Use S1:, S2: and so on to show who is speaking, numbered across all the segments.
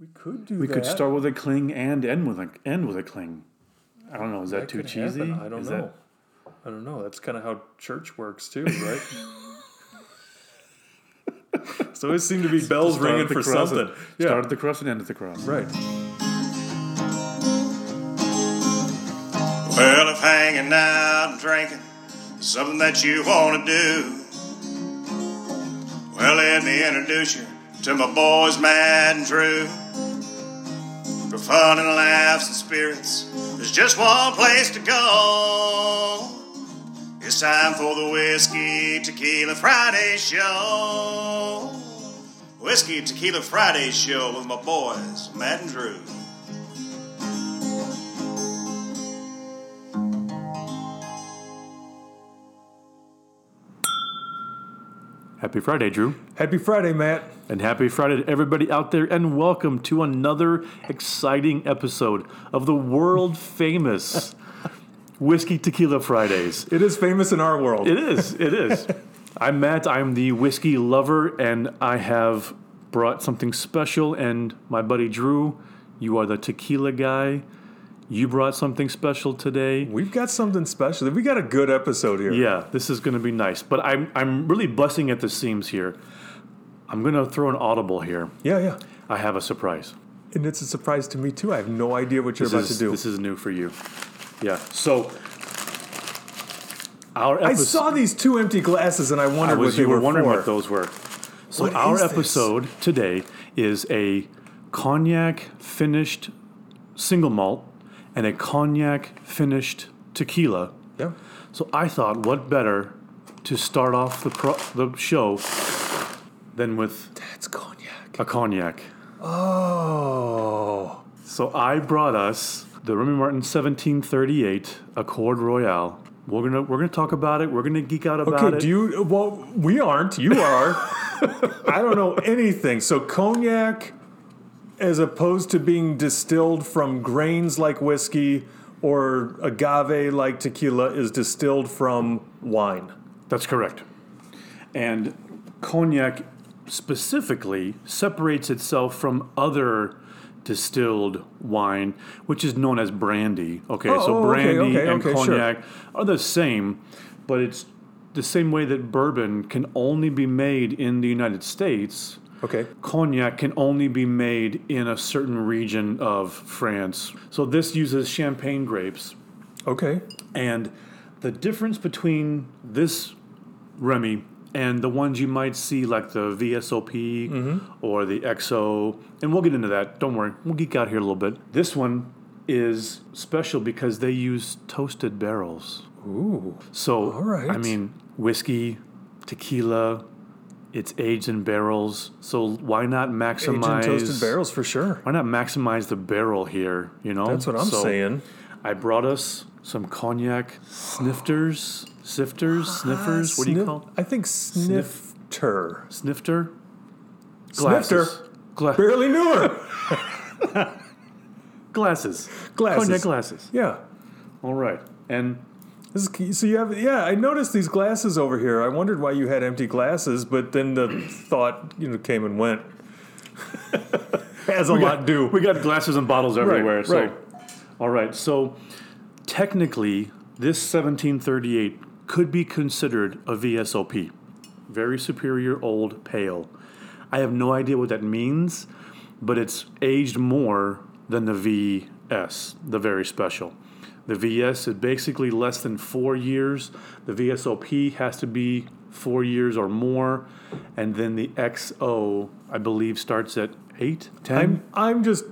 S1: We could do
S2: We
S1: that.
S2: could start with a cling and end with a end with a cling. I don't know. Is that, too
S1: could
S2: cheesy?
S1: happen. I don't
S2: Is
S1: know.
S2: that-
S1: I don't know. That's kind of how church works too, right? so it seemed to be bells
S2: Start at
S1: ringing
S2: the
S1: for
S2: cross and-
S1: something. Yeah,
S2: Start at the cross and end at the cross.
S1: right.
S3: Well, if hanging out and drinking is something that you want to do, well, let me introduce you to my boys, Matt and Drew. For fun and laughs and spirits, there's just one place to go. It's time for the Whiskey Tequila Friday Show. Whiskey Tequila Friday Show with my boys, Matt and Drew.
S2: Happy Friday, Drew.
S1: Happy Friday, Matt.
S2: And happy Friday to everybody out there, and welcome to another exciting episode of the world famous Whiskey Tequila Fridays.
S1: It is famous in our world.
S2: It is, it is. I'm Matt, I'm the whiskey lover, and I have brought something special. And my buddy Drew, you are the tequila guy. You brought something special today.
S1: We've got something special. We got a good episode here.
S2: Yeah, this is going to be nice. But I'm, I'm really busting at the seams here. I'm going to throw an audible here.
S1: yeah, yeah.
S2: I have a surprise.
S1: And it's a surprise to me too. I have no idea what you're
S2: This
S1: about
S2: is-
S1: to do.
S2: This is new for you. Yeah. So our episode,
S1: I saw these two empty glasses and I wondered what they
S2: you were
S1: were
S2: wondering
S1: for.
S2: what those were. So
S1: What
S2: our
S1: is this?
S2: episode today is a cognac finished single malt and a cognac finished tequila.
S1: Yeah.
S2: So I thought, what better to start off the pro- the show than with
S1: That's cognac.
S2: a cognac.
S1: Oh.
S2: So I brought us the Remy Martin 1738 Accord Royale. We're gonna we're gonna talk about it. We're gonna geek out about
S1: Okay,
S2: it.
S1: do you? Well, we aren't. You are. I don't know anything. So cognac, as opposed to being distilled from grains like whiskey or agave like tequila, is distilled from wine.
S2: That's correct. And cognac specifically separates itself from other distilled wine, which is known as brandy. Okay,
S1: Oh,
S2: so
S1: oh, okay,
S2: brandy
S1: okay,
S2: and
S1: okay, sure.
S2: cognac are the same, but it's the same way that bourbon can only be made in the United States.
S1: Okay.
S2: cognac can only be made in a certain region of France. So this uses champagne grapes.
S1: Okay.
S2: And the difference between this Remy and the ones you might see, like the VSOP
S1: Mm-hmm.
S2: or the XO, and we'll get into that. Don't worry, we'll geek out here a little bit. This one is special because they use toasted barrels.
S1: Ooh.
S2: So,
S1: right.
S2: I mean, whiskey, tequila, it's aged in barrels. So why not
S1: Aged
S2: maximize
S1: in toasted barrels for sure.
S2: Why not maximize the barrel here? You know,
S1: That's what I'm
S2: So
S1: saying.
S2: I brought us some cognac snifters, sifters, sniffers. What do you
S1: Ah, Sniff-
S2: call
S1: I think snifter.
S2: snifter?
S1: Snifter.
S2: Gla-
S1: Barely knew her.
S2: glasses.
S1: Glasses.
S2: Cognac glasses.
S1: yeah.
S2: All right, and
S1: This is, so you have yeah. I noticed these glasses over here. I wondered why you had empty glasses, but then the thought you know came and went. As a lot do.
S2: we got glasses and bottles everywhere. so,
S1: right.
S2: all right. So, technically, this 1738 could be considered a VSOP, very superior old pale. I have no idea what that means, but it's aged more than the VS, the very special. The VS is basically less than four years. The VSOP has to be four years or more. And then the XO, I believe, starts at eight, 10?
S1: I'm I'm just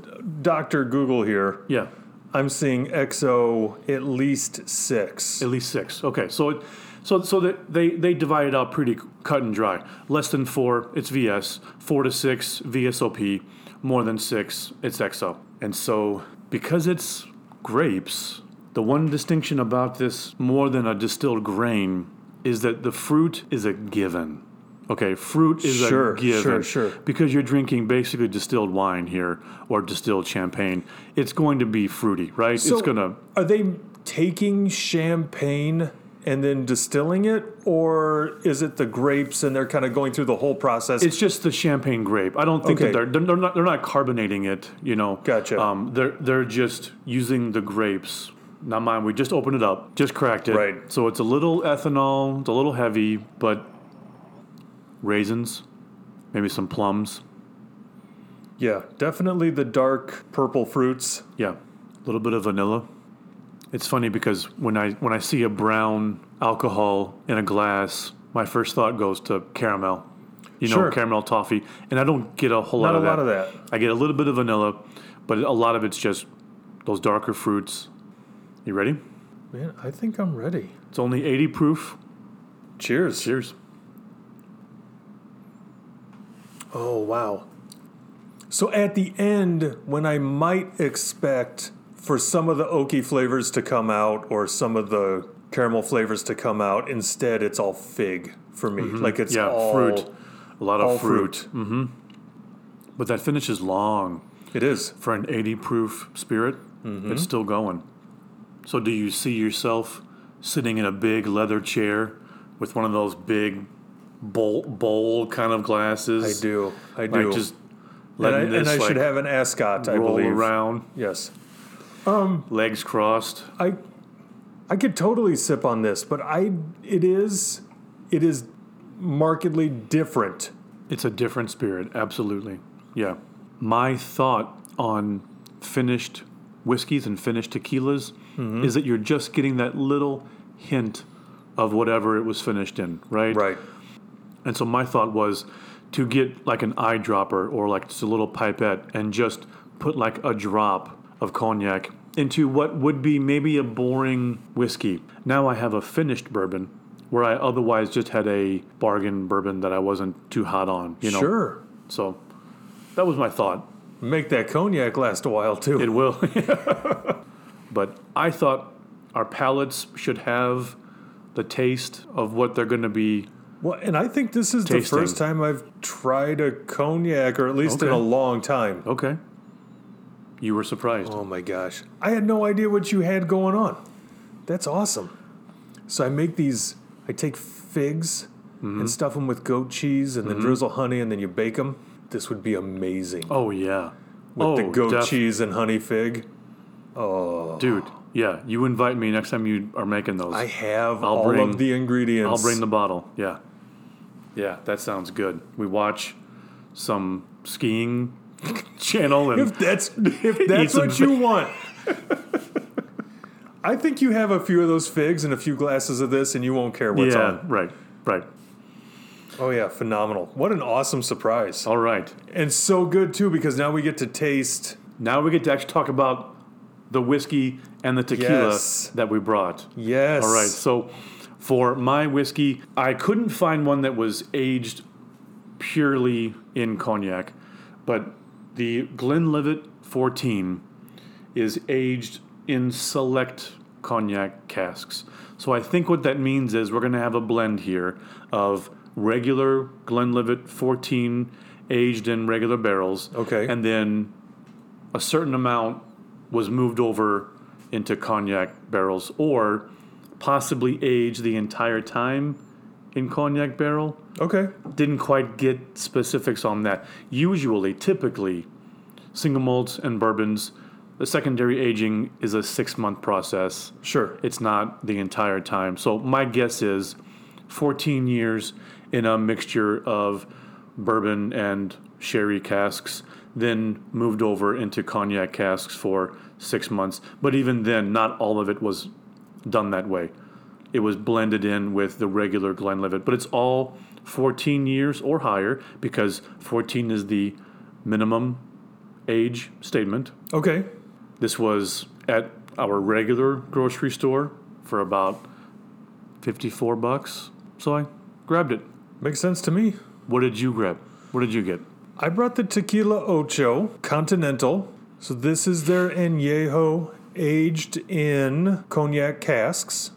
S1: Doctor Google here.
S2: Yeah,
S1: I'm seeing XO at least six.
S2: at least six. Okay, so it, so so that they they divide it out pretty cut and dry. Less than four, it's VS. Four to six, VSOP. More than six, it's XO. And so because it's grapes, the one distinction about this more than a distilled grain is that the fruit is a given. Okay, fruit is
S1: Sure,
S2: a given.
S1: sure, sure.
S2: Because you're drinking basically distilled wine here or distilled champagne, it's going to be fruity, right?
S1: So
S2: it's going to
S1: Are they taking champagne and then distilling it, or is it the grapes and they're kind of going through the whole process?
S2: It's just the champagne grape. I don't think
S1: Okay.
S2: that they're they're not they're not carbonating it. You know.
S1: Gotcha.
S2: Um, they're they're just using the grapes. Not mine. We just opened it up, just cracked it.
S1: Right.
S2: So it's a little ethanol. It's a little heavy, but raisins, maybe some plums.
S1: yeah, definitely the dark purple fruits.
S2: Yeah, a little bit of vanilla. It's funny because when I when I see a brown alcohol in a glass, my first thought goes to caramel. You know,
S1: Sure.
S2: caramel toffee, and I don't get a whole
S1: Not
S2: lot of
S1: a
S2: that.
S1: lot of
S2: I get a little bit of vanilla, but a lot of it's just those darker fruits. You ready?
S1: Man, I think I'm ready.
S2: It's only 80 proof.
S1: Cheers.
S2: Cheers.
S1: Oh, wow. So at the end, when I might expect for some of the oaky flavors to come out or some of the caramel flavors to come out, instead it's all fig for me. Like it's
S2: Mm-hmm. yeah,
S1: all
S2: fruit. A lot
S1: All
S2: of
S1: fruit.
S2: fruit. Mm-hmm. But that finish is long.
S1: It is.
S2: for an 80 proof spirit,
S1: Mm-hmm.
S2: it's still going. So, do you see yourself sitting in a big leather chair with one of those big bowl, bowl kind of
S1: I
S2: glasses?
S1: do. I do.
S2: Like just
S1: and I,
S2: letting
S1: and
S2: this
S1: I
S2: like,
S1: should have an ascot, I
S2: roll
S1: believe.
S2: around,
S1: Yes.
S2: legs crossed.
S1: I I could totally sip on this, but I it is it is markedly different.
S2: It's a different spirit, absolutely. Yeah. My thought on finished whiskeys and finished tequilas
S1: Mm-hmm.
S2: is that you're just getting that little hint of whatever it was finished in, right? And so my thought was to get like an eyedropper or like just a little pipette and just put like a drop of cognac into what would be maybe a boring whiskey. Now I have a finished bourbon where I otherwise just had a bargain bourbon that I wasn't too hot on, you know.
S1: Sure.
S2: So that was my thought.
S1: Make that cognac last a while too.
S2: It will. but I thought our palates should have the taste of what they're going to be
S1: Well, and I think this is the
S2: Tasting.
S1: first time I've tried a cognac, or at least in
S2: Okay.
S1: a long time.
S2: okay. You were surprised.
S1: Oh my gosh. I had no idea what you had going on. That's awesome. So I make these, I take figs
S2: Mm-hmm.
S1: and stuff them with goat cheese and then drizzle honey and then you bake them. This would be amazing.
S2: Oh yeah,
S1: with
S2: oh,
S1: the goat
S2: def-
S1: cheese and honey fig.
S2: dude. Yeah, you invite me next time you are making those.
S1: I have
S2: I'll
S1: all
S2: bring-
S1: of the ingredients.
S2: will bring the bottle. Yeah, yeah, that sounds good. We watch some skiing channel and
S1: If that's if that's
S2: some
S1: what you want. I think you have a few of those figs and a few glasses of this, and you won't care what's
S2: yeah,
S1: on.
S2: right, right.
S1: Oh yeah, phenomenal! What an awesome surprise,
S2: All right,
S1: and so good too because now we get to taste.
S2: now we get to actually talk about the whiskey and the tequila
S1: Yes.
S2: that we brought.
S1: Yes.
S2: All right. So for my whiskey, I couldn't find one that was aged purely in cognac, but the Glenlivet 14 is aged in select cognac casks. So I think what that means is we're going to have a blend here of regular Glenlivet 14 aged in regular barrels.
S1: Okay.
S2: And then a certain amount was moved over into cognac barrels or possibly aged the entire time in cognac barrel.
S1: Okay.
S2: Didn't quite get specifics on that. Usually, typically, single malts and bourbons, the secondary aging is a six month process.
S1: Sure.
S2: It's not the entire time. So, my guess is 14 years in a mixture of bourbon and sherry casks, then moved over into cognac casks for six months. But even then, not all of it was done that way. It was blended in with the regular Glenlivet, but it's all 14 years or higher because 14 is the minimum age statement.
S1: Okay.
S2: This was at our regular grocery store for about 54 bucks. So I grabbed it.
S1: Makes sense to me.
S2: What did you grab? What did you get?
S1: I brought the tequila Ocho Continental. So this is their añejo aged in cognac casks.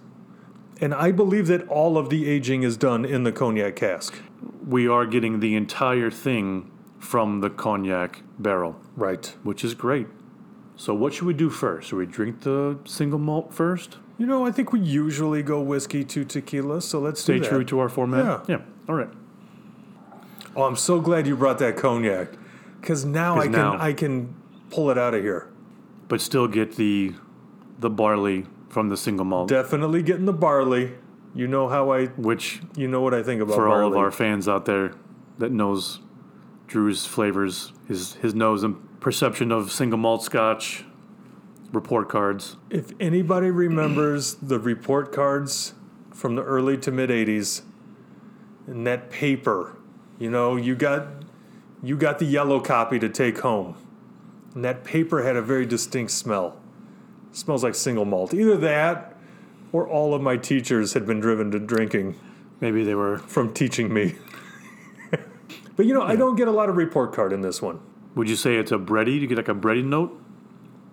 S1: And I believe that all of the aging is done in the cognac cask.
S2: We are getting the entire thing from the cognac barrel,
S1: Right.
S2: which is great. So what should we do first? Should we drink the single malt first?
S1: You know, I think we usually go whiskey to tequila, so let's
S2: Stay
S1: do that.
S2: true to our format. Yeah. All right.
S1: Oh, I'm so glad you brought that cognac, because now
S2: 'Cause
S1: I can
S2: now-
S1: I can pull it out of here.
S2: But still get the the barley from the single malt,
S1: Definitely getting the barley. You know how I
S2: which
S1: you know what I think about
S2: for
S1: barley.
S2: all of our fans out there that knows Drew's flavors, his his nose and perception of single malt scotch report cards.
S1: If anybody remembers the report cards from the early to mid '80s, and that paper, you know, you got you got the yellow copy to take home, and that paper had a very distinct smell. smells like single malt. Either that, or all of my teachers had been driven to drinking
S2: Maybe they were.
S1: from teaching me. but you know, I don't get a lot of report card in this one.
S2: Would you say it's a bready? You get like a bready note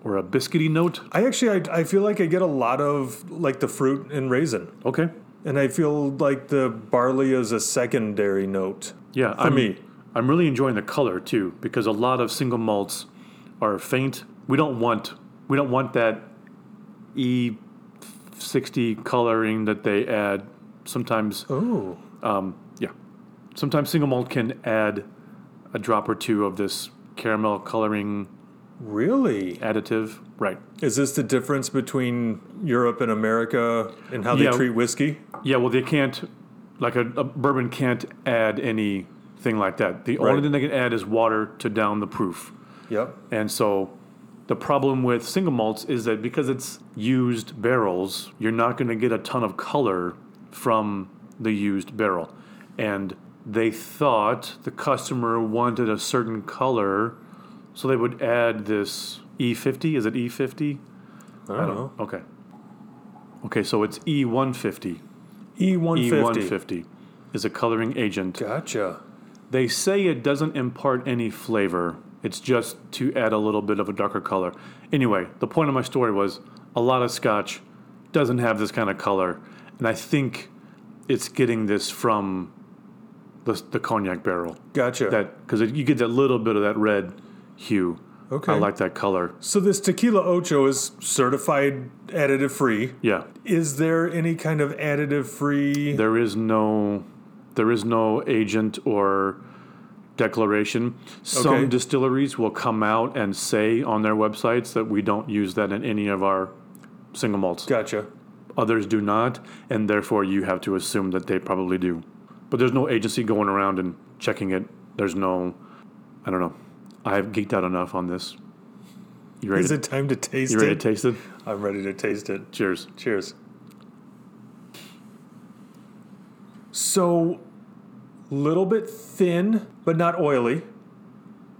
S2: or a biscuity note?
S1: I actually, I, I feel like I get a lot of like the fruit and raisin.
S2: Okay.
S1: And I feel like the barley is a secondary note.
S2: Yeah,
S1: For
S2: I'm,
S1: me.
S2: I'm really enjoying the color too because a lot of single malts are faint. We don't want we don't want that E60 coloring that they add. Sometimes,
S1: Oh,
S2: yeah, sometimes single malt can add a drop or two of this caramel coloring
S1: really?
S2: additive. Right.
S1: Is this the difference between Europe and America and how they
S2: Yeah.
S1: treat whiskey?
S2: Yeah, well, they can't, like a, a bourbon can't add anything like that. The only
S1: Right.
S2: thing they can add is water to down the proof.
S1: Yep.
S2: And so the problem with single malts is that because it's used barrels, you're not going to get a ton of color from the used barrel. And they thought the customer wanted a certain color, so they would add this E50. Is it E50?
S1: I don't, know.
S2: Okay. Okay, so it's E E150.
S1: E E150.
S2: E150 E is a coloring agent.
S1: Gotcha.
S2: They say it doesn't impart any flavor. It's just to add a little bit of a darker color. Anyway, the point of my story was a lot of scotch doesn't have this kind of color, and I think it's getting this from the, the cognac barrel.
S1: Gotcha.
S2: That because you get that little bit of that red hue.
S1: Okay.
S2: I like that color.
S1: so this tequila ocho is certified additive free.
S2: Yeah,
S1: Is there any kind of additive free?
S2: there is no there is no agent or declaration some
S1: Okay.
S2: distilleries will come out and say on their websites that we don't use that in any of our single malts
S1: Gotcha.
S2: others do not and therefore you have to assume that they probably do but there's no agency going around and checking it there's no i don't know i've geeked out enough on this you ready,
S1: Is
S2: to,
S1: it time to taste
S2: you ready
S1: it?
S2: to taste it
S1: I'm ready to taste it.
S2: cheers
S1: Cheers. So, little bit thin, but not oily.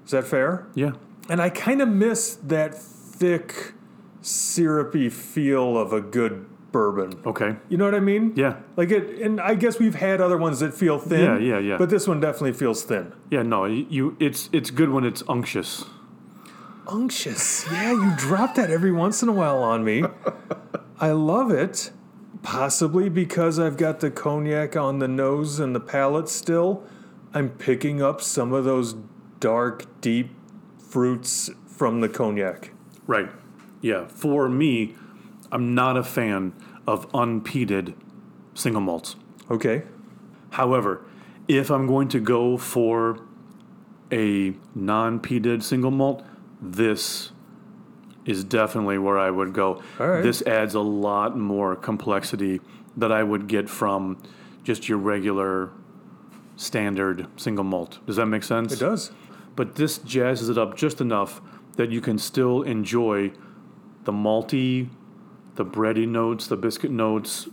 S1: Is that fair?
S2: yeah
S1: And I kind of miss that thick, syrupy feel of a good bourbon.
S2: okay
S1: You know what I mean?
S2: yeah
S1: Like it, and I guess we've had other ones that feel thin.
S2: Yeah, yeah, yeah.
S1: But this one definitely feels thin.
S2: yeah no y- you it's it's good when it's unctuous
S1: Unctuous. Yeah, you drop that every once in a while on me. I love it. Possibly because I've got the cognac on the nose and the palate still, I'm picking up some of those dark, deep fruits from the cognac.
S2: Right. Yeah. For me, I'm not a fan of unpeated single malts.
S1: Okay.
S2: However, if I'm going to go for a non peated single malt, this is definitely where I would go.
S1: All right.
S2: This adds a lot more complexity that I would get from just your regular standard single malt. Does that make sense?
S1: It does.
S2: but this jazzes it up just enough that you can still enjoy the malty, the bready notes, the biscuit notes,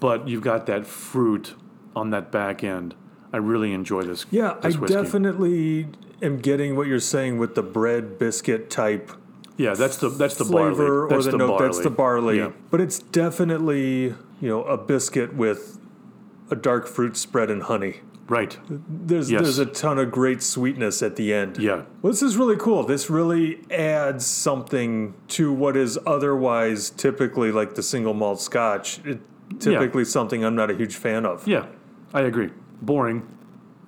S2: but you've got that fruit on that back end. I really enjoy this.
S1: Yeah,
S2: this
S1: I
S2: whiskey.
S1: definitely am getting what you're saying with the bread biscuit type
S2: yeah. That's the that's the
S1: flavor
S2: barley. That's
S1: or the, note. That's the barley.
S2: Yeah.
S1: But it's definitely, you know, a biscuit with a dark fruit spread and honey.
S2: Right.
S1: There's
S2: Yes.
S1: there's a ton of great sweetness at the end.
S2: Yeah.
S1: Well, this is really cool. This really adds something to what is otherwise typically like the single malt scotch. It, typically something I'm not a huge fan of.
S2: Yeah. I agree. Boring.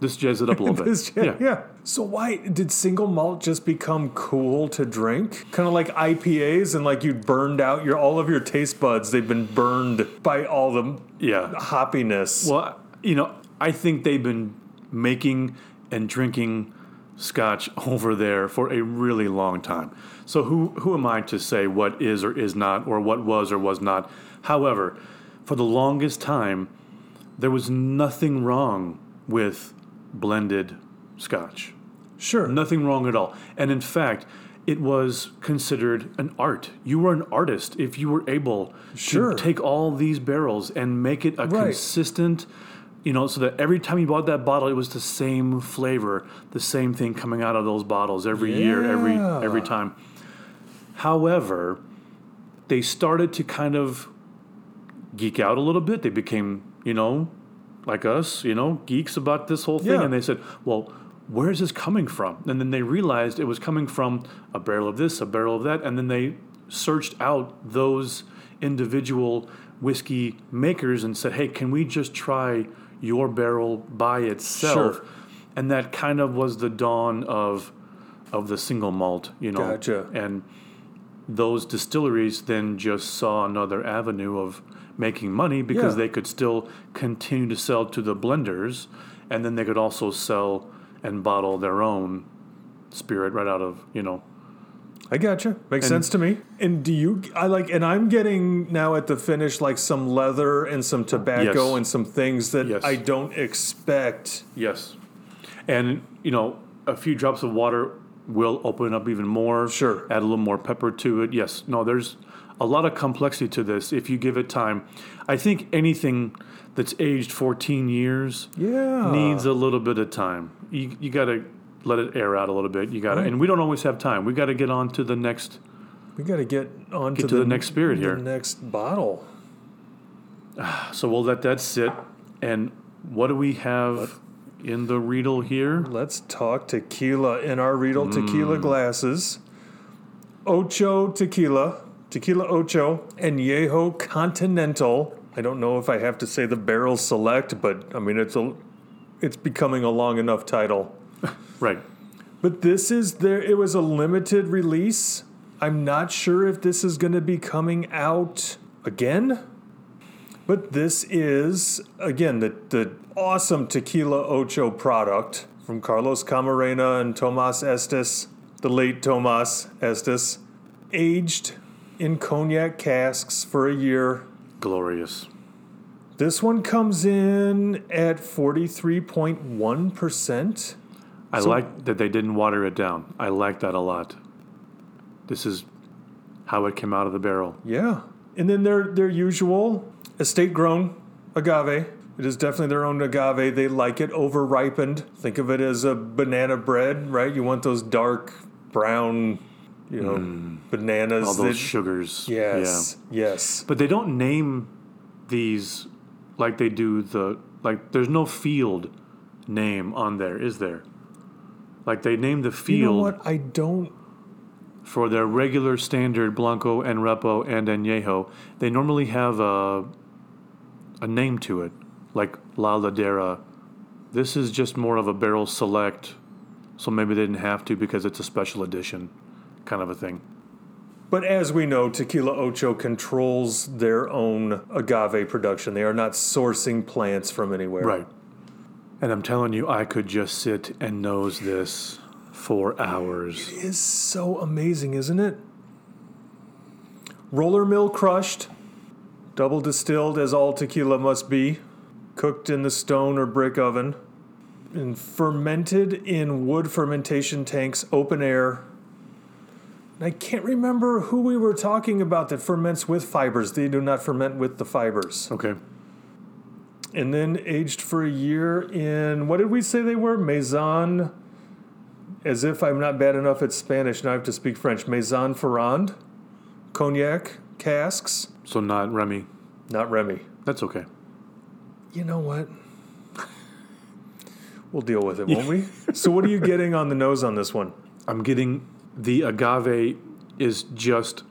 S2: This jazz it up a little bit.
S1: This- yeah. So why did single malt just become cool to drink? Kind of like IPAs and like you burned out your all of your taste buds. They've been burned by all the
S2: yeah.
S1: hoppiness.
S2: Well, you know, I think they've been making and drinking scotch over there for a really long time. So who who am I to say what is or is not or what was or was not? However, for the longest time there was nothing wrong with blended scotch.
S1: sure.
S2: Nothing wrong at all. And in fact, it was considered an art. You were an artist if you were able
S1: Sure.
S2: to take all these barrels and make it a
S1: Right.
S2: consistent, you know, so that every time you bought that bottle, it was the same flavor, the same thing coming out of those bottles every year, every
S1: Yeah.
S2: every time. However, they started to kind of geek out a little bit. They became, you know, like us, you know, geeks about this whole thing.
S1: Yeah.
S2: And they said, well, where is this coming from? And then they realized it was coming from a barrel of this, a barrel of that. And then they searched out those individual whiskey makers and said, hey, can we just try your barrel by itself?
S1: Sure.
S2: And that kind of was the dawn of of the single malt, you know.
S1: Gotcha.
S2: And those distilleries then just saw another avenue of making money because
S1: Yeah.
S2: they could still continue to sell to the blenders and then they could also sell and bottle their own spirit right out of, you know.
S1: I gotcha. Makes sense to me. And do you? I like, and I'm getting now at the finish like some leather and some tobacco
S2: Yes.
S1: and some things that
S2: Yes.
S1: I don't expect.
S2: Yes. And, you know, a few drops of water will open up even more.
S1: Sure.
S2: Add a little more pepper to it. Yes. No, there's a lot of complexity to this if you give it time. I think anything that's aged 14 years
S1: Yeah.
S2: needs a little bit of time. You, you got to let it air out a little bit. You got to, and we don't always have time. We got to get on to the next.
S1: We got to get on
S2: Get to the next spirit here.
S1: The next bottle.
S2: So we'll let that sit. And what do we have in the Riedel here?
S1: Let's talk tequila in our Riedel tequila glasses. Ocho tequila, tequila ocho, and Yeho Continental. I don't know if I have to say the barrel select, but I mean it's a, it's becoming a long enough title.
S2: Right.
S1: But this is there. It was a limited release. I'm not sure if this is going to be coming out again. But this is again the the awesome tequila ocho product from Carlos Camarena and Tomas Estes, the late Tomas Estes, aged in cognac casks for a year.
S2: Glorious.
S1: This one comes in at 43.1%.
S2: I like that they didn't water it down. I like that a lot. This is how it came out of the barrel.
S1: Yeah. And then their their usual estate grown agave. It is definitely their own agave. They like it over ripened. Think of it as a banana bread, right? You want those dark brown, you know, bananas.
S2: Mm. All those
S1: that-
S2: sugars.
S1: yes. Yes.
S2: But they don't name these like they do the like there's no field name on there, is there? Like they name the
S1: You know
S2: field
S1: what? I don't
S2: for their regular standard Blanco and Repo and Añejo. They normally have a a name to it, like La Ladera. This is just more of a barrel select, so maybe they didn't have to because it's a special edition kind of a thing.
S1: But as we know, Tequila Ocho controls their own agave production. They are not sourcing plants from anywhere.
S2: Right. And I'm telling you, I could just sit and nose this for hours.
S1: is so amazing, isn't it? Roller mill crushed, double distilled as all tequila must be, cooked in the stone or brick oven, and fermented in wood fermentation tanks, open air. And I can't remember who we were talking about that ferments with fibers. They do not ferment with the fibers.
S2: Okay.
S1: And then aged for a year in, what did we say they were? Maison, as if I'm not bad enough at Spanish, now I have to speak French. Maison Ferrand, cognac casks,
S2: So not Remy.
S1: not Remy.
S2: That's okay.
S1: You know what? We'll deal with it, won't we? So, what are you getting on the nose on this one?
S2: I'm getting the agave is just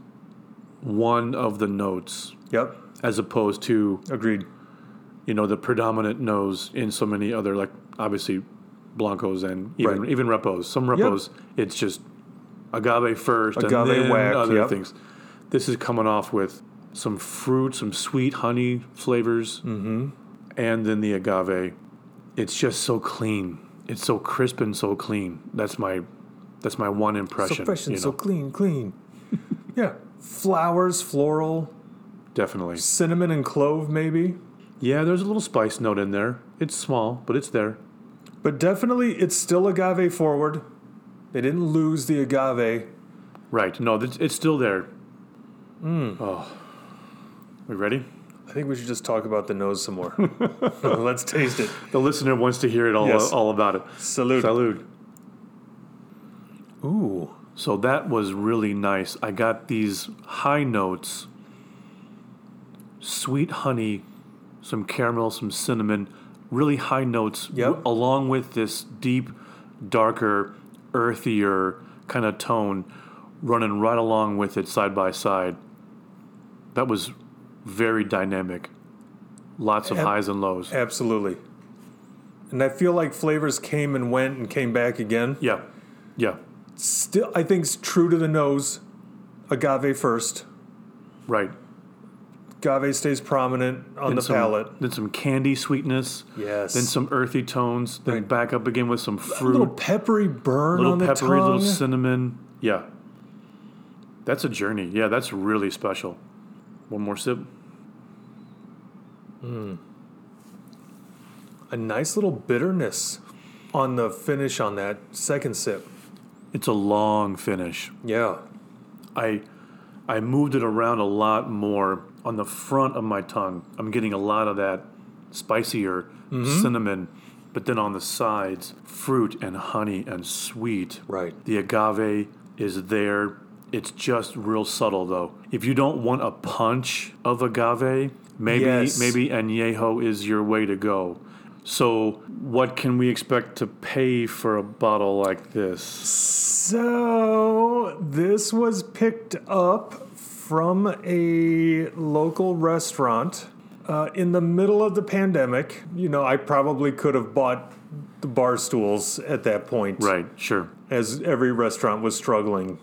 S2: one of the notes
S1: Yep,
S2: as opposed to,
S1: agreed.
S2: you know, the predominant nose in so many other like obviously blancos and even
S1: Right.
S2: even repos. Some repos, it's just agave first,
S1: Agave
S2: and then
S1: whack,
S2: other
S1: yep.
S2: things. This is coming off with some fruit, some sweet honey flavors, mm-hmm. and then the agave. It's just so clean. It's so crisp and so clean. That's my that's my one impression.
S1: So fresh and
S2: you
S1: so
S2: know,
S1: clean, clean. yeah. Flowers, floral,
S2: definitely.
S1: cinnamon and clove, maybe.
S2: Yeah, there's a little spice note in there. It's small, but it's there.
S1: But definitely, it's still agave forward. They didn't lose the agave.
S2: Right. No, th- it's still there. Oh. We ready?
S1: I think we should just talk about the nose some more. Let's taste it.
S2: The listener wants to hear it all,
S1: Yes.
S2: all about it.
S1: Salute.
S2: Salud.
S1: Ooh.
S2: So that was really nice. I got these high notes sweet honey, some caramel, some cinnamon, really high notes, w-
S1: Yep.
S2: along with this deep, darker, earthier kind of tone running right along with it side by side. That was very dynamic. Lots of
S1: Ab-
S2: highs and lows.
S1: Absolutely. And I feel like flavors came and went and came back again.
S2: yeah. Yeah.
S1: Still, I think it's true to the nose. Agave first.
S2: Right.
S1: Agave stays prominent on
S2: Then
S1: the
S2: some-
S1: palate.
S2: Then some candy sweetness.
S1: Yes.
S2: Then some earthy tones. Then
S1: Right.
S2: back up again with some
S1: A
S2: fruit.
S1: little peppery burn
S2: little
S1: on the
S2: peppery,
S1: tongue.
S2: little cinnamon. Yeah. That's a journey. Yeah, that's really special. One more sip.
S1: a nice little bitterness on the finish on that second sip.
S2: It's a long finish.
S1: Yeah.
S2: I I moved it around a lot more on the front of my tongue. I'm getting a lot of that spicier
S1: Mm-hmm.
S2: cinnamon, but then on the sides, fruit and honey and sweet.
S1: Right.
S2: The agave is there. It's just real subtle though. If you don't want a punch of agave, maybe
S1: Yes.
S2: maybe añejo is your way to go. So, what can we expect to pay for a bottle like this?
S1: So this was picked up from a local restaurant uh, in the middle of the pandemic. You know, I probably could have bought the bar stools at that point,
S2: Right, sure.
S1: as every restaurant was struggling.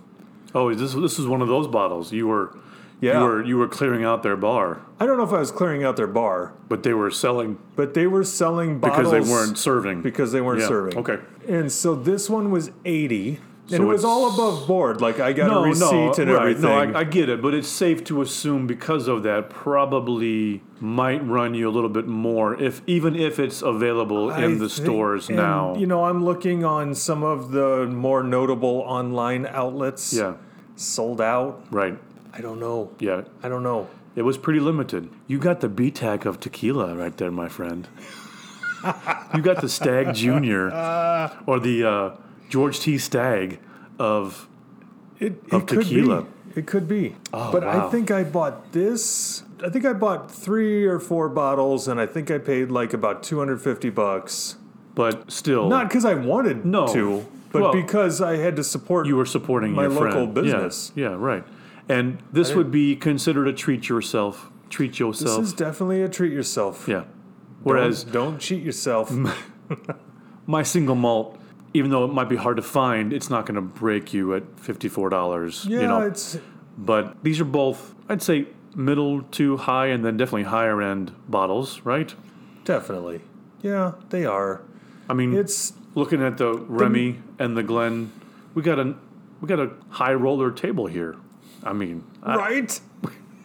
S2: Oh, is this this is one of those bottles. You were
S1: Yeah.
S2: you were you were clearing out their bar,
S1: I don't know if I was clearing out their bar,
S2: but they were selling
S1: but they were selling bottles
S2: because they weren't serving.
S1: because they weren't
S2: Yeah,
S1: serving.
S2: Okay.
S1: And so this one was 80.
S2: So
S1: and it was
S2: it's-
S1: all above board. Like I got a receipt and
S2: right,
S1: everything.
S2: No, I, I get it, but it's safe to assume because of that probably might run you a little bit more if even if it's available
S1: I
S2: in the
S1: think-
S2: stores
S1: and,
S2: now.
S1: You know, I'm looking on some of the more notable online outlets.
S2: yeah,
S1: Sold out.
S2: right.
S1: I don't know.
S2: Yeah,
S1: I don't know.
S2: it was pretty limited. You got the BTAC of tequila right there, my friend. you got the Stag Junior or the uh, George T. Stag of
S1: It,
S2: Of
S1: it could
S2: tequila. Oh,
S1: be. It could be. but I
S2: wow.
S1: think I bought this. I think I bought three or four bottles, and I think I paid like about 250 bucks.
S2: but still
S1: Not because I wanted
S2: No.
S1: to, but
S2: Well,
S1: because I had to support.
S2: you were supporting
S1: my
S2: your friend.
S1: local
S2: Yeah,
S1: business.
S2: Yeah, right. And this would be considered a treat yourself. Treat
S1: This
S2: yourself.
S1: is definitely a treat yourself.
S2: yeah. Whereas
S1: don't, don't cheat yourself.
S2: my single malt, even though it might be hard to find, it's not going to break you at fifty four dollars.
S1: yeah,
S2: you know?
S1: it's
S2: but these are both, I'd say, middle to high, and then definitely higher end bottles, right?
S1: definitely. Yeah, they are.
S2: I mean,
S1: It's
S2: looking at the Remy and the Glen, we got a we got a high roller table here. I mean, I-
S1: right.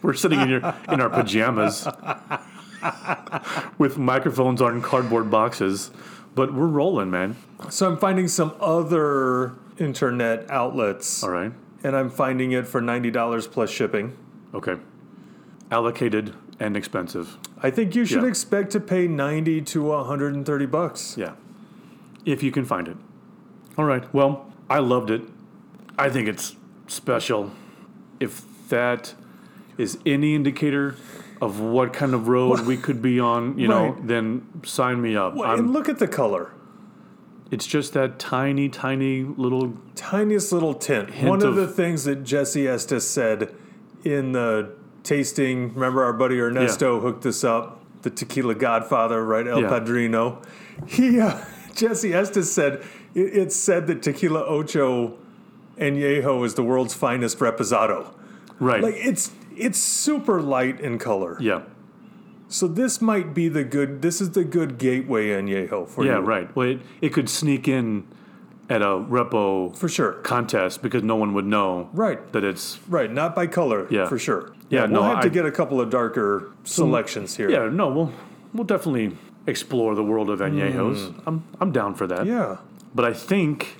S2: We're sitting in your in our pajamas with microphones on cardboard boxes, but we're rolling, man.
S1: So I'm finding some other internet outlets,
S2: All right.
S1: and I'm finding it for ninety dollars plus shipping.
S2: Okay. Allocated and expensive.
S1: I think you should
S2: Yeah.
S1: expect to pay ninety to one hundred and thirty bucks.
S2: Yeah. If you can find it. All right. Well, I loved it. I think it's special. If that is any indicator of what kind of road we could be on, you know,
S1: Right.
S2: then sign me up.
S1: Well,
S2: I'm-
S1: and look at the color.
S2: it's just that tiny, tiny little
S1: Tiniest little tint. One of
S2: of-
S1: the things that Jesse Estes said in the tasting, remember our buddy Ernesto hooked this up, the tequila godfather, right? El
S2: Yeah.
S1: Padrino. He uh, Jesse Estes said it, it's said that tequila ocho añejo is the world's finest reposado.
S2: Right.
S1: Like it's it's super light in color.
S2: yeah.
S1: So this might be the good. This is the good gateway añejo for
S2: Yeah,
S1: you.
S2: right. Well, it, it could sneak in at a repo
S1: For sure.
S2: contest because no one would know
S1: Right.
S2: that it's.
S1: Right. Not by color.
S2: Yeah.
S1: For sure.
S2: Yeah,
S1: We'll
S2: no,
S1: have to
S2: I-
S1: get a couple of darker selections here.
S2: Yeah, no, we'll, we'll definitely explore the world of añejos. I'm, I'm down for that.
S1: Mm. Yeah.
S2: But I think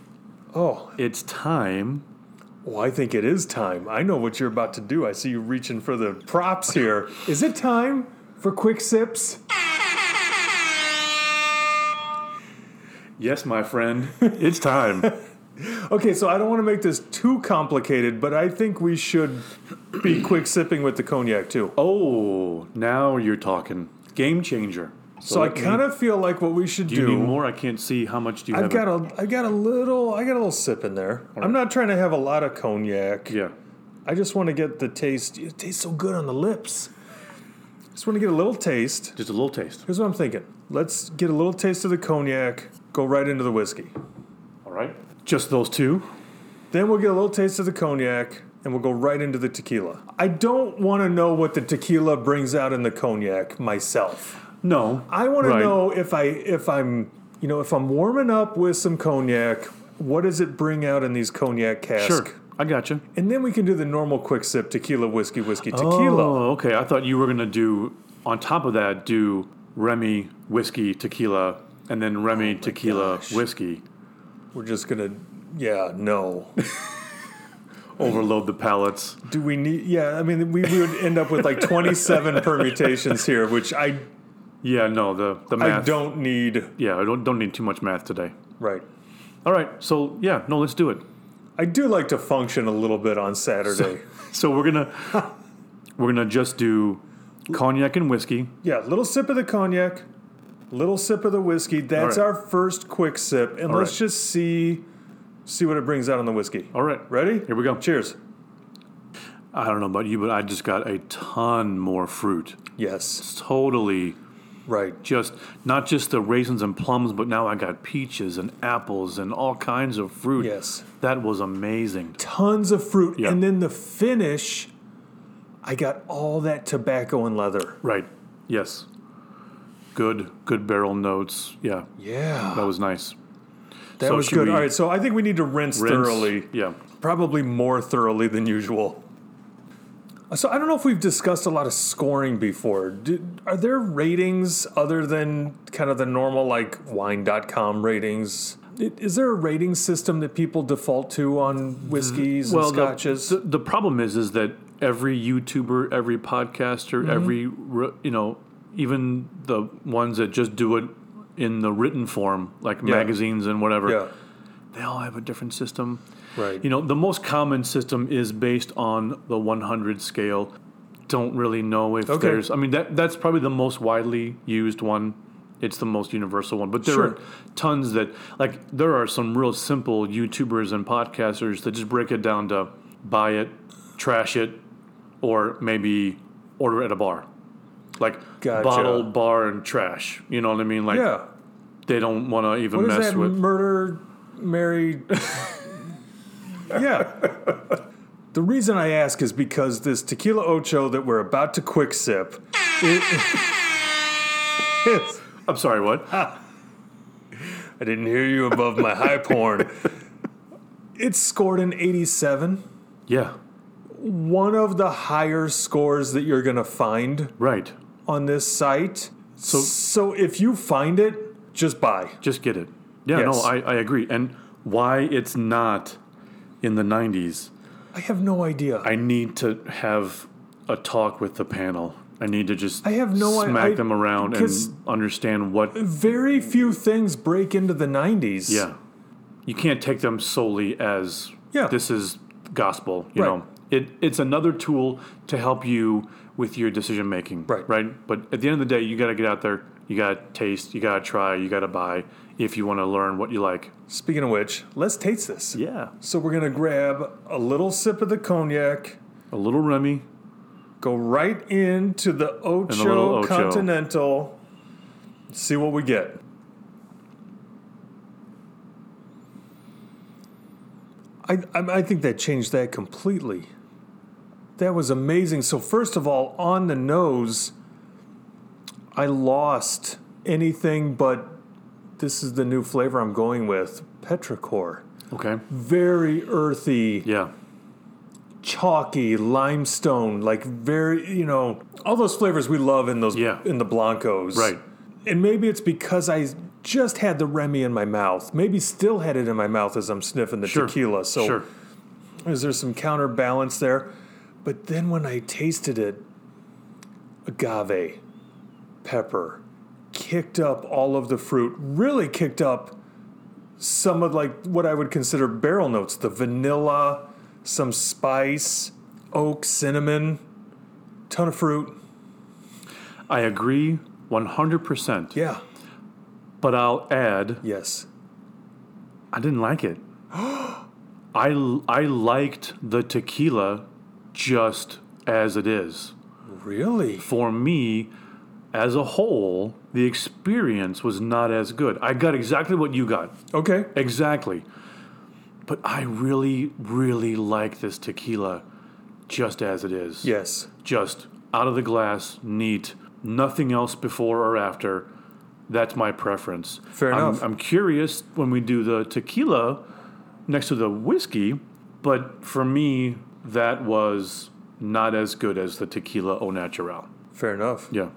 S1: Oh,
S2: it's time.
S1: well, I think it is time. I know what you're about to do. I see you reaching for the props here. Is it time for quick sips?
S2: Yes, my friend. It's time.
S1: Okay, so I don't want to make this too complicated, but I think we should be quick sipping with the cognac too.
S2: oh, now you're talking. Game changer.
S1: So I kind of feel like what we should
S2: Do
S1: do.
S2: you need more? I can't see how much do you
S1: I've
S2: have.
S1: got a, I got a little, I got a little sip in there. I'm not trying to have a lot of cognac.
S2: yeah.
S1: I just want to get the taste. It tastes so good on the lips. Just want to get a little taste.
S2: Just a little taste.
S1: Here's what I'm thinking. Let's get a little taste of the cognac. Go right into the whiskey.
S2: All right. Just those two.
S1: Then we'll get a little taste of the cognac and we'll go right into the tequila. I don't want to know what the tequila brings out in the cognac myself.
S2: No.
S1: I want
S2: Right.
S1: to know if I if I'm, you know, if I'm warming up with some cognac, what does it bring out in these cognac casks?
S2: Sure. I got you.
S1: And then we can do the normal quick sip tequila whiskey whiskey tequila.
S2: Oh, okay. I thought you were gonna do on top of that do Remy whiskey tequila and then Remy tequila whiskey.
S1: We're just going to yeah, no.
S2: Overload the palates.
S1: Do we need Yeah, I mean we, we would end up with like 27 permutations here, which I
S2: Yeah. No. The the
S1: I
S2: math.
S1: don't need.
S2: Yeah. I don't don't need too much math today.
S1: Right.
S2: All right. So yeah. No. Let's do it.
S1: I do like to function a little bit on Saturday.
S2: So we're gonna we're gonna just do cognac and whiskey.
S1: yeah, little sip of the cognac, little sip of the whiskey. That's
S2: right.
S1: our first quick sip, and
S2: All
S1: let's
S2: right.
S1: just see see what it brings out on the whiskey.
S2: All right.
S1: Ready?
S2: Here we go.
S1: Cheers.
S2: I don't know about you, but I just got a ton more fruit.
S1: Yes.
S2: Totally
S1: Right.
S2: just not just the raisins and plums, but now I got peaches and apples and all kinds of fruit.
S1: Yes.
S2: That was amazing.
S1: Tons of fruit,
S2: Yeah.
S1: and then the finish. I got all that tobacco and leather.
S2: Right. Yes. Good, good barrel notes. Yeah.
S1: Yeah,
S2: That was nice.
S1: that
S2: so
S1: was
S2: should
S1: good.
S2: we
S1: All right, so I think we need to rinse,
S2: Rinse.
S1: thoroughly,
S2: Yeah.
S1: probably more thoroughly than usual. So I don't know if we've discussed a lot of scoring before. Did, are there ratings other than kind of the normal like wine.com ratings? I- Is there a rating system that people default to on whiskeys and
S2: the-
S1: scotches?
S2: The, the problem is, is that every YouTuber, every
S1: Mm-hmm.
S2: podcaster, every re- you know, even the ones that just do it in the written form, like magazines and whatever, they all have a different system.
S1: yeah, right.
S2: You know, the most common system is based on the 100 scale. Don't really know if
S1: Okay.
S2: there's. I mean, that that's probably the most widely used one. It's the most universal one, but there
S1: Sure.
S2: are tons that like there are some real simple YouTubers and podcasters that just break it down to buy it, trash it, or maybe order at a bar, like
S1: Gotcha.
S2: bottle, bar, and trash. You know what I mean? Like
S1: yeah.
S2: they don't want to even
S1: What is
S2: mess
S1: that?
S2: with.
S1: Murder, Mary. yeah. The reason I ask is because this tequila ocho that we're about to quick sip. It,
S2: I'm sorry, what?
S1: Ah. I didn't hear you above my high porn. It scored an 87,
S2: yeah,
S1: one of the higher scores that you're going to find
S2: right.
S1: on this site. So, so if you find it, just buy.
S2: just get it. Yeah, no,
S1: Yes.
S2: I, I agree. And why it's not in the 90s,
S1: I have no idea.
S2: I need to have a talk with the panel. I need to just
S1: I have no i-
S2: smack
S1: I-
S2: them around
S1: because-
S2: and understand what.
S1: Very few things break into the 90s.
S2: Yeah. You can't take them solely as
S1: Yeah.
S2: this is gospel, you
S1: Right.
S2: know. It, it's another tool to help you with your decision making,
S1: Right.
S2: Right. But at the end of the day, you got to get out there. You got to taste. You got to try. You got to buy if you want to learn what you like.
S1: Speaking of which, let's taste this.
S2: Yeah.
S1: So we're gonna grab a little sip of the cognac,
S2: A little Remy,
S1: go right into the Ocho
S2: little Ocho.
S1: Continental, see what we get. I, I, I think that changed that completely. That was amazing. So, first of all, on the nose, I lost anything but this is the new flavor I'm going with petrichor.
S2: Okay.
S1: Very earthy,
S2: Yeah.
S1: chalky, limestone, like very, you know, all those flavors we love in those
S2: Yeah.
S1: in the blancos.
S2: Right.
S1: And maybe it's because I just had the Remy in my mouth. Maybe still had it in my mouth as I'm sniffing the
S2: Sure.
S1: tequila. So
S2: Sure.
S1: is there some counterbalance there? But then when I tasted it, agave, pepper, kicked up all of the fruit, really kicked up some of like what I would consider barrel notes, the vanilla, some spice, oak, cinnamon, ton of fruit.
S2: I agree 100%.
S1: Yeah.
S2: But I'll add,
S1: Yes.
S2: I didn't like it. I, l- I liked the tequila just as it is.
S1: Really?
S2: For me, as a whole, the experience was not as good. I got exactly what you got.
S1: Okay.
S2: Exactly. But I really, really like this tequila just as it is.
S1: Yes.
S2: Just out of the glass, neat, nothing else before or after. That's my preference.
S1: Fair
S2: I'm-
S1: enough.
S2: I'm curious when we do the tequila next to the whiskey, but for me, that was not as good as the tequila au naturel.
S1: Fair enough.
S2: Yeah.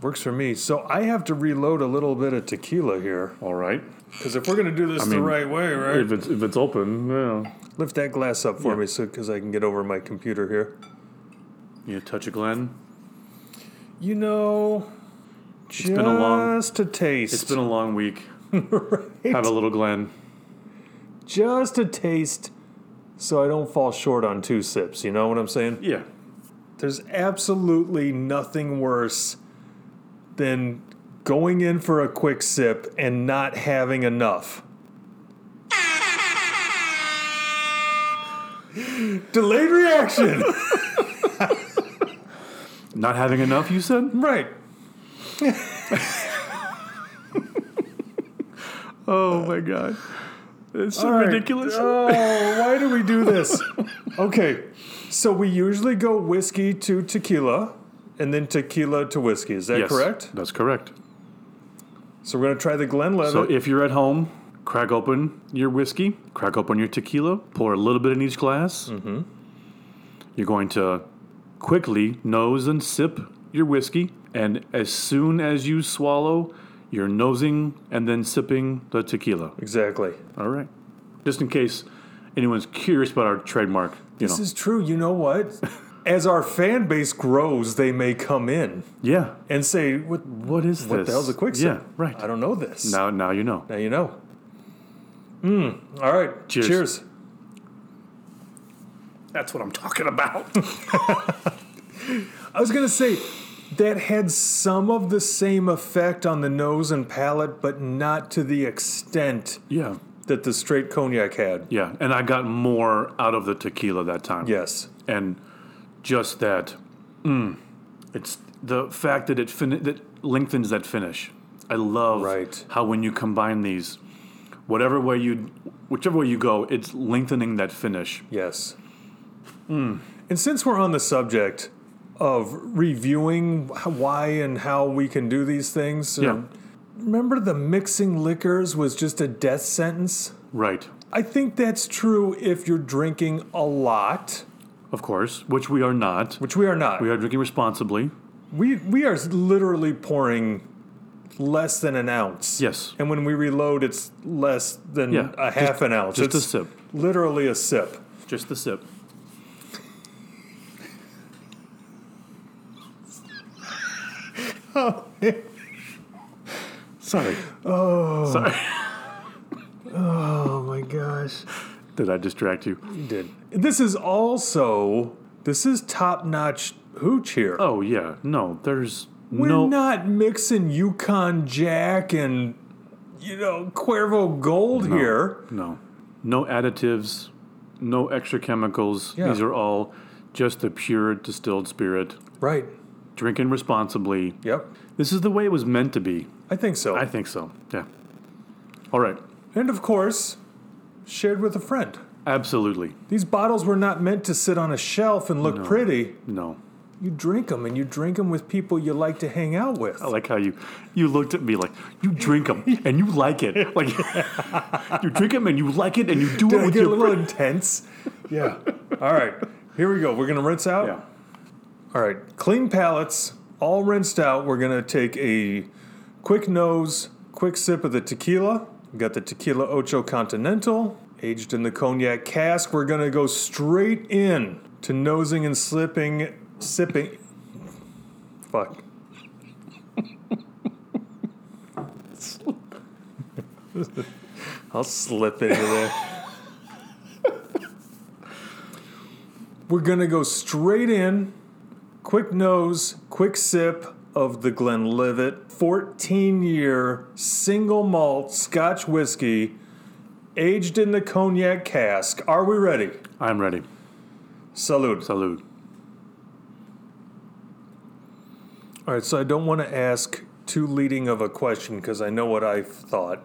S1: Works for me. So I have to reload a little bit of tequila here.
S2: All right.
S1: Because if we're going to do this
S2: mean,
S1: the right way, right?
S2: If it's if it's open, yeah.
S1: Lift that glass up for me so because I can get over my computer here.
S2: You touch a Glen.
S1: You know, just
S2: been a long-
S1: a taste.
S2: It's been a long week. Have a little Glen.
S1: just a taste so I don't fall short on two sips. You know what I'm saying?
S2: Yeah.
S1: There's absolutely nothing worse than going in for a quick sip and not having enough. Delayed reaction.
S2: Not having enough, you said?
S1: right.
S2: Oh my god. It's so
S1: All right.
S2: ridiculous.
S1: Oh, why do we do this? okay, so we usually go whiskey to tequila, and then tequila to whiskey. Is that
S2: Yes,
S1: correct?
S2: That's correct.
S1: So we're gonna try the Glenlivet.
S2: So if you're at home, crack open your whiskey, crack open your tequila, pour a little bit in each glass. Mm-hmm. You're going to quickly nose and sip your whiskey, and as soon as you swallow, you're nosing and then sipping the tequila.
S1: exactly.
S2: All right. Just in case anyone's curious about our trademark, you
S1: This
S2: know.
S1: is true. You know what? As our fan base grows, they may come in
S2: yeah.
S1: and say, "What, what
S2: What is this?
S1: the hell's a quick sip?
S2: Yeah, right.
S1: I don't know this."
S2: Now, now you know.
S1: Now you know. Mm. All right.
S2: Cheers.
S1: Cheers.
S2: That's what I'm talking about.
S1: I was gonna say that had some of the same effect on the nose and palate, but not to the extent
S2: yeah,
S1: that the straight cognac had.
S2: yeah. And I got more out of the tequila that time.
S1: Yes.
S2: And just that, mm, it's the fact that it fin- that lengthens that finish. I love
S1: Right.
S2: how when you combine these, whatever way you, whichever way you go, it's lengthening that finish.
S1: Yes. Hmm. And since we're on the subject of reviewing wh- why and how we can do these things,
S2: Yeah.
S1: um, remember the mixing liquors was just a death sentence?
S2: Right.
S1: I think that's true if you're drinking a lot,
S2: Of course, which we are not.
S1: which we are not.
S2: We are drinking responsibly.
S1: We we are literally pouring less than an ounce.
S2: Yes.
S1: And when we reload, it's less than
S2: Yeah,
S1: a
S2: just-
S1: half an ounce.
S2: just a
S1: It's
S2: sip.
S1: Literally a sip.
S2: Just the sip. Sorry. Oh. Sorry.
S1: Oh my gosh.
S2: Did I distract you?
S1: You did. This is also this is top notch hooch here.
S2: Oh yeah. No, there's
S1: We're
S2: no
S1: not mixing Yukon Jack and you know Cuervo Gold here.
S2: no no additives, no extra chemicals.
S1: Yeah.
S2: These are all just the pure distilled spirit.
S1: Right.
S2: Drinking responsibly.
S1: Yep.
S2: This is the way it was meant to be.
S1: I think so.
S2: I think so. Yeah. All right.
S1: and of course, shared with a friend.
S2: Absolutely.
S1: These bottles were not meant to sit on a shelf and look pretty.
S2: No.
S1: You drink them, and you drink them with people you like to hang out with.
S2: I like how you you looked at me like you drink them and you like it. Like you drink them and you like it and you do
S1: Did
S2: it
S1: I
S2: with
S1: get a
S2: your
S1: little intense? Yeah. All right. Here we go. We're gonna rinse out.
S2: Yeah.
S1: All right, clean palettes, all rinsed out. We're gonna take a quick nose, quick sip of the tequila. We got the tequila Ocho Continental, aged in the cognac cask. We're gonna go straight in to nosing and slipping, sipping. Fuck. I'll slip into there. We're gonna go straight in quick nose, quick sip of the Glenlivet 14 year single malt Scotch whiskey aged in the cognac cask. Are we ready?
S2: I'm ready.
S1: Salud.
S2: Salud.
S1: All right, so I don't want to ask too leading of a question because I know what I thought.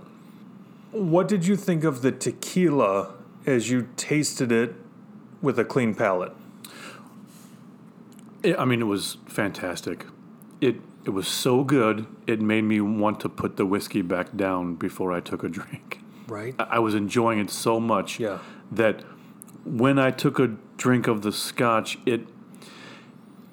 S1: What did you think of the tequila as you tasted it with a clean palate?
S2: It, I mean, it was fantastic. It it was so good. It made me want to put the whiskey back down before I took a drink.
S1: Right.
S2: I I was enjoying it so much
S1: Yeah.
S2: that when I took a drink of the scotch, it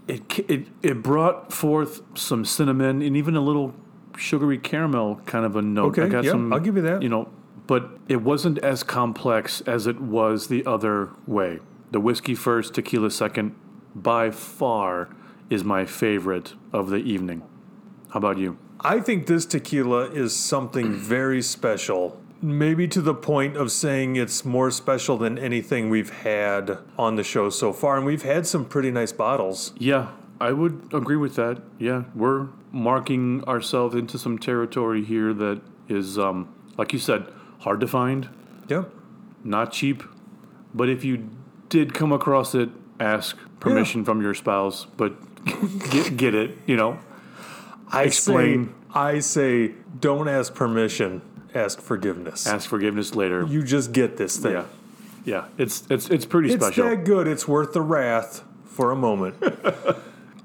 S2: it ca- it it brought forth some cinnamon and even a little sugary caramel kind of a note.
S1: Okay, yeah, I'll give you that.
S2: You know, but it wasn't as complex as it was the other way. The whiskey first, tequila second, by far is my favorite of the evening. How about you?
S1: I think this tequila is something very special. Maybe to the point of saying it's more special than anything we've had on the show so far. And we've had some pretty nice bottles.
S2: Yeah, I would agree with that. Yeah, we're marking ourselves into some territory here that is, um, like you said, hard to find,
S1: Yep.
S2: not cheap. But if you did come across it, ask permission from your spouse, but get, get it, you know?
S1: I
S2: Explain.
S1: Say, I say, don't ask permission, ask forgiveness.
S2: Ask forgiveness later.
S1: You just get this thing.
S2: Yeah. Yeah, it's it's it's pretty
S1: It's
S2: special.
S1: that good. It's worth the wrath for a moment.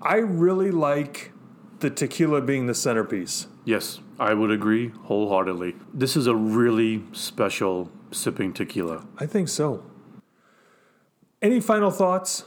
S1: I really like the tequila being the centerpiece.
S2: Yes, I would agree wholeheartedly. This is a really special sipping tequila.
S1: I think so. Any final thoughts?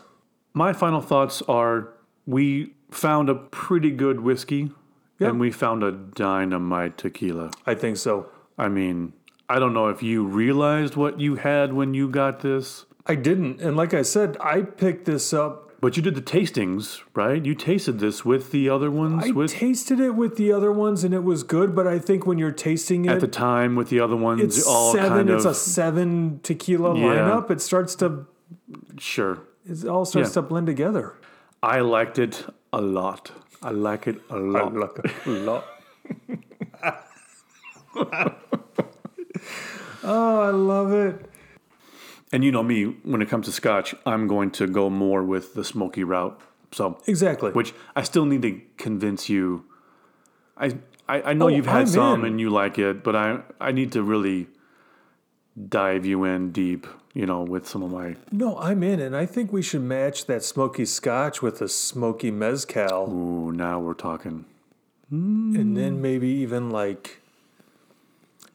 S2: My final thoughts are we found a pretty good whiskey
S1: Yeah.
S2: and we found a dynamite tequila.
S1: I think so.
S2: I mean, I don't know if you realized what you had when you got this,
S1: I didn't. And like I said, I picked this up.
S2: but you did the tastings, right? You tasted this with the other ones
S1: I
S2: with
S1: tasted it with the other ones and it was good, but I think when you're tasting
S2: at
S1: it,
S2: the time with the other ones
S1: it's
S2: all
S1: seven.
S2: kind
S1: it's
S2: of
S1: a seven tequila
S2: Yeah.
S1: lineup. It starts to,
S2: sure.
S1: it all starts
S2: Yeah.
S1: to blend together.
S2: I liked it a lot. I like it a lot.
S1: oh, I love it.
S2: and you know me, when it comes to scotch, I'm going to go more with the smoky route. So
S1: Exactly.
S2: which I still need to convince you. I I, I know
S1: Oh,
S2: you've had
S1: I'm
S2: some
S1: in.
S2: and you like it, but I I need to really dive you in deep, you know, with some of my
S1: no, I'm in, and I think we should match that smoky scotch with a smoky mezcal.
S2: ooh, now we're talking.
S1: and then maybe even like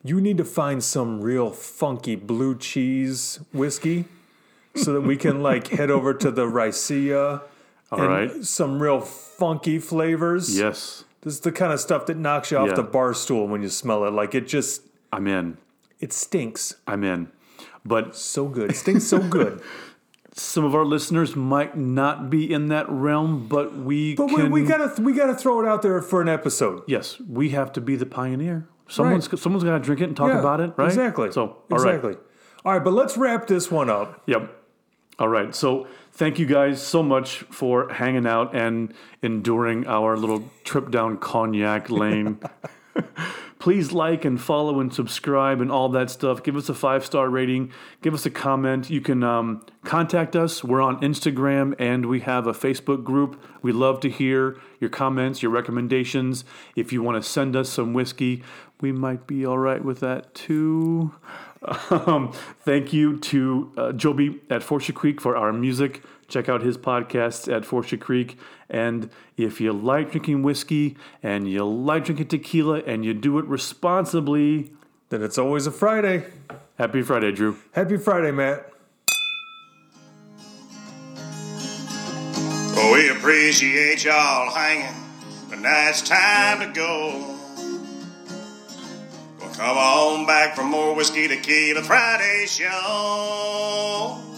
S1: you need to find some real funky blue cheese whiskey so that we can like head over to the Ricea
S2: All
S1: and
S2: right.
S1: some real funky flavors.
S2: Yes,
S1: This is the kind of stuff that knocks you off
S2: Yeah.
S1: the bar stool when you smell it. Like it just
S2: I'm in.
S1: it stinks
S2: I'm in. But
S1: so good. It stinks so good.
S2: some of our listeners might not be in that realm, but we
S1: But
S2: can
S1: we, we gotta we gotta throw it out there for an episode.
S2: Yes, we have to be the pioneer. Someone's someone's got to drink it and talk
S1: Yeah,
S2: about it, right?
S1: Exactly.
S2: So, all right.
S1: exactly. All right, but let's wrap this one up.
S2: Yep. All right. So thank you guys so much for hanging out and enduring our little trip down cognac lane. Please like and follow and subscribe and all that stuff. Give us a five star rating. Give us a comment. You can um, contact us. We're on Instagram and we have a Facebook group. We love to hear your comments, your recommendations. If you want to send us some whiskey, we might be all right with that too. Um, thank you to uh, Joby at Fortia Creek for our music. Check out his podcast at Fortia Creek. And if you like drinking whiskey and you like drinking tequila and you do it responsibly,
S1: Then it's always a Friday.
S2: happy Friday, Drew.
S1: Happy Friday, Matt.
S3: Well, Oh, we appreciate y'all hanging, but now it's time to go. Well, come on back for more Whiskey Tequila Friday show.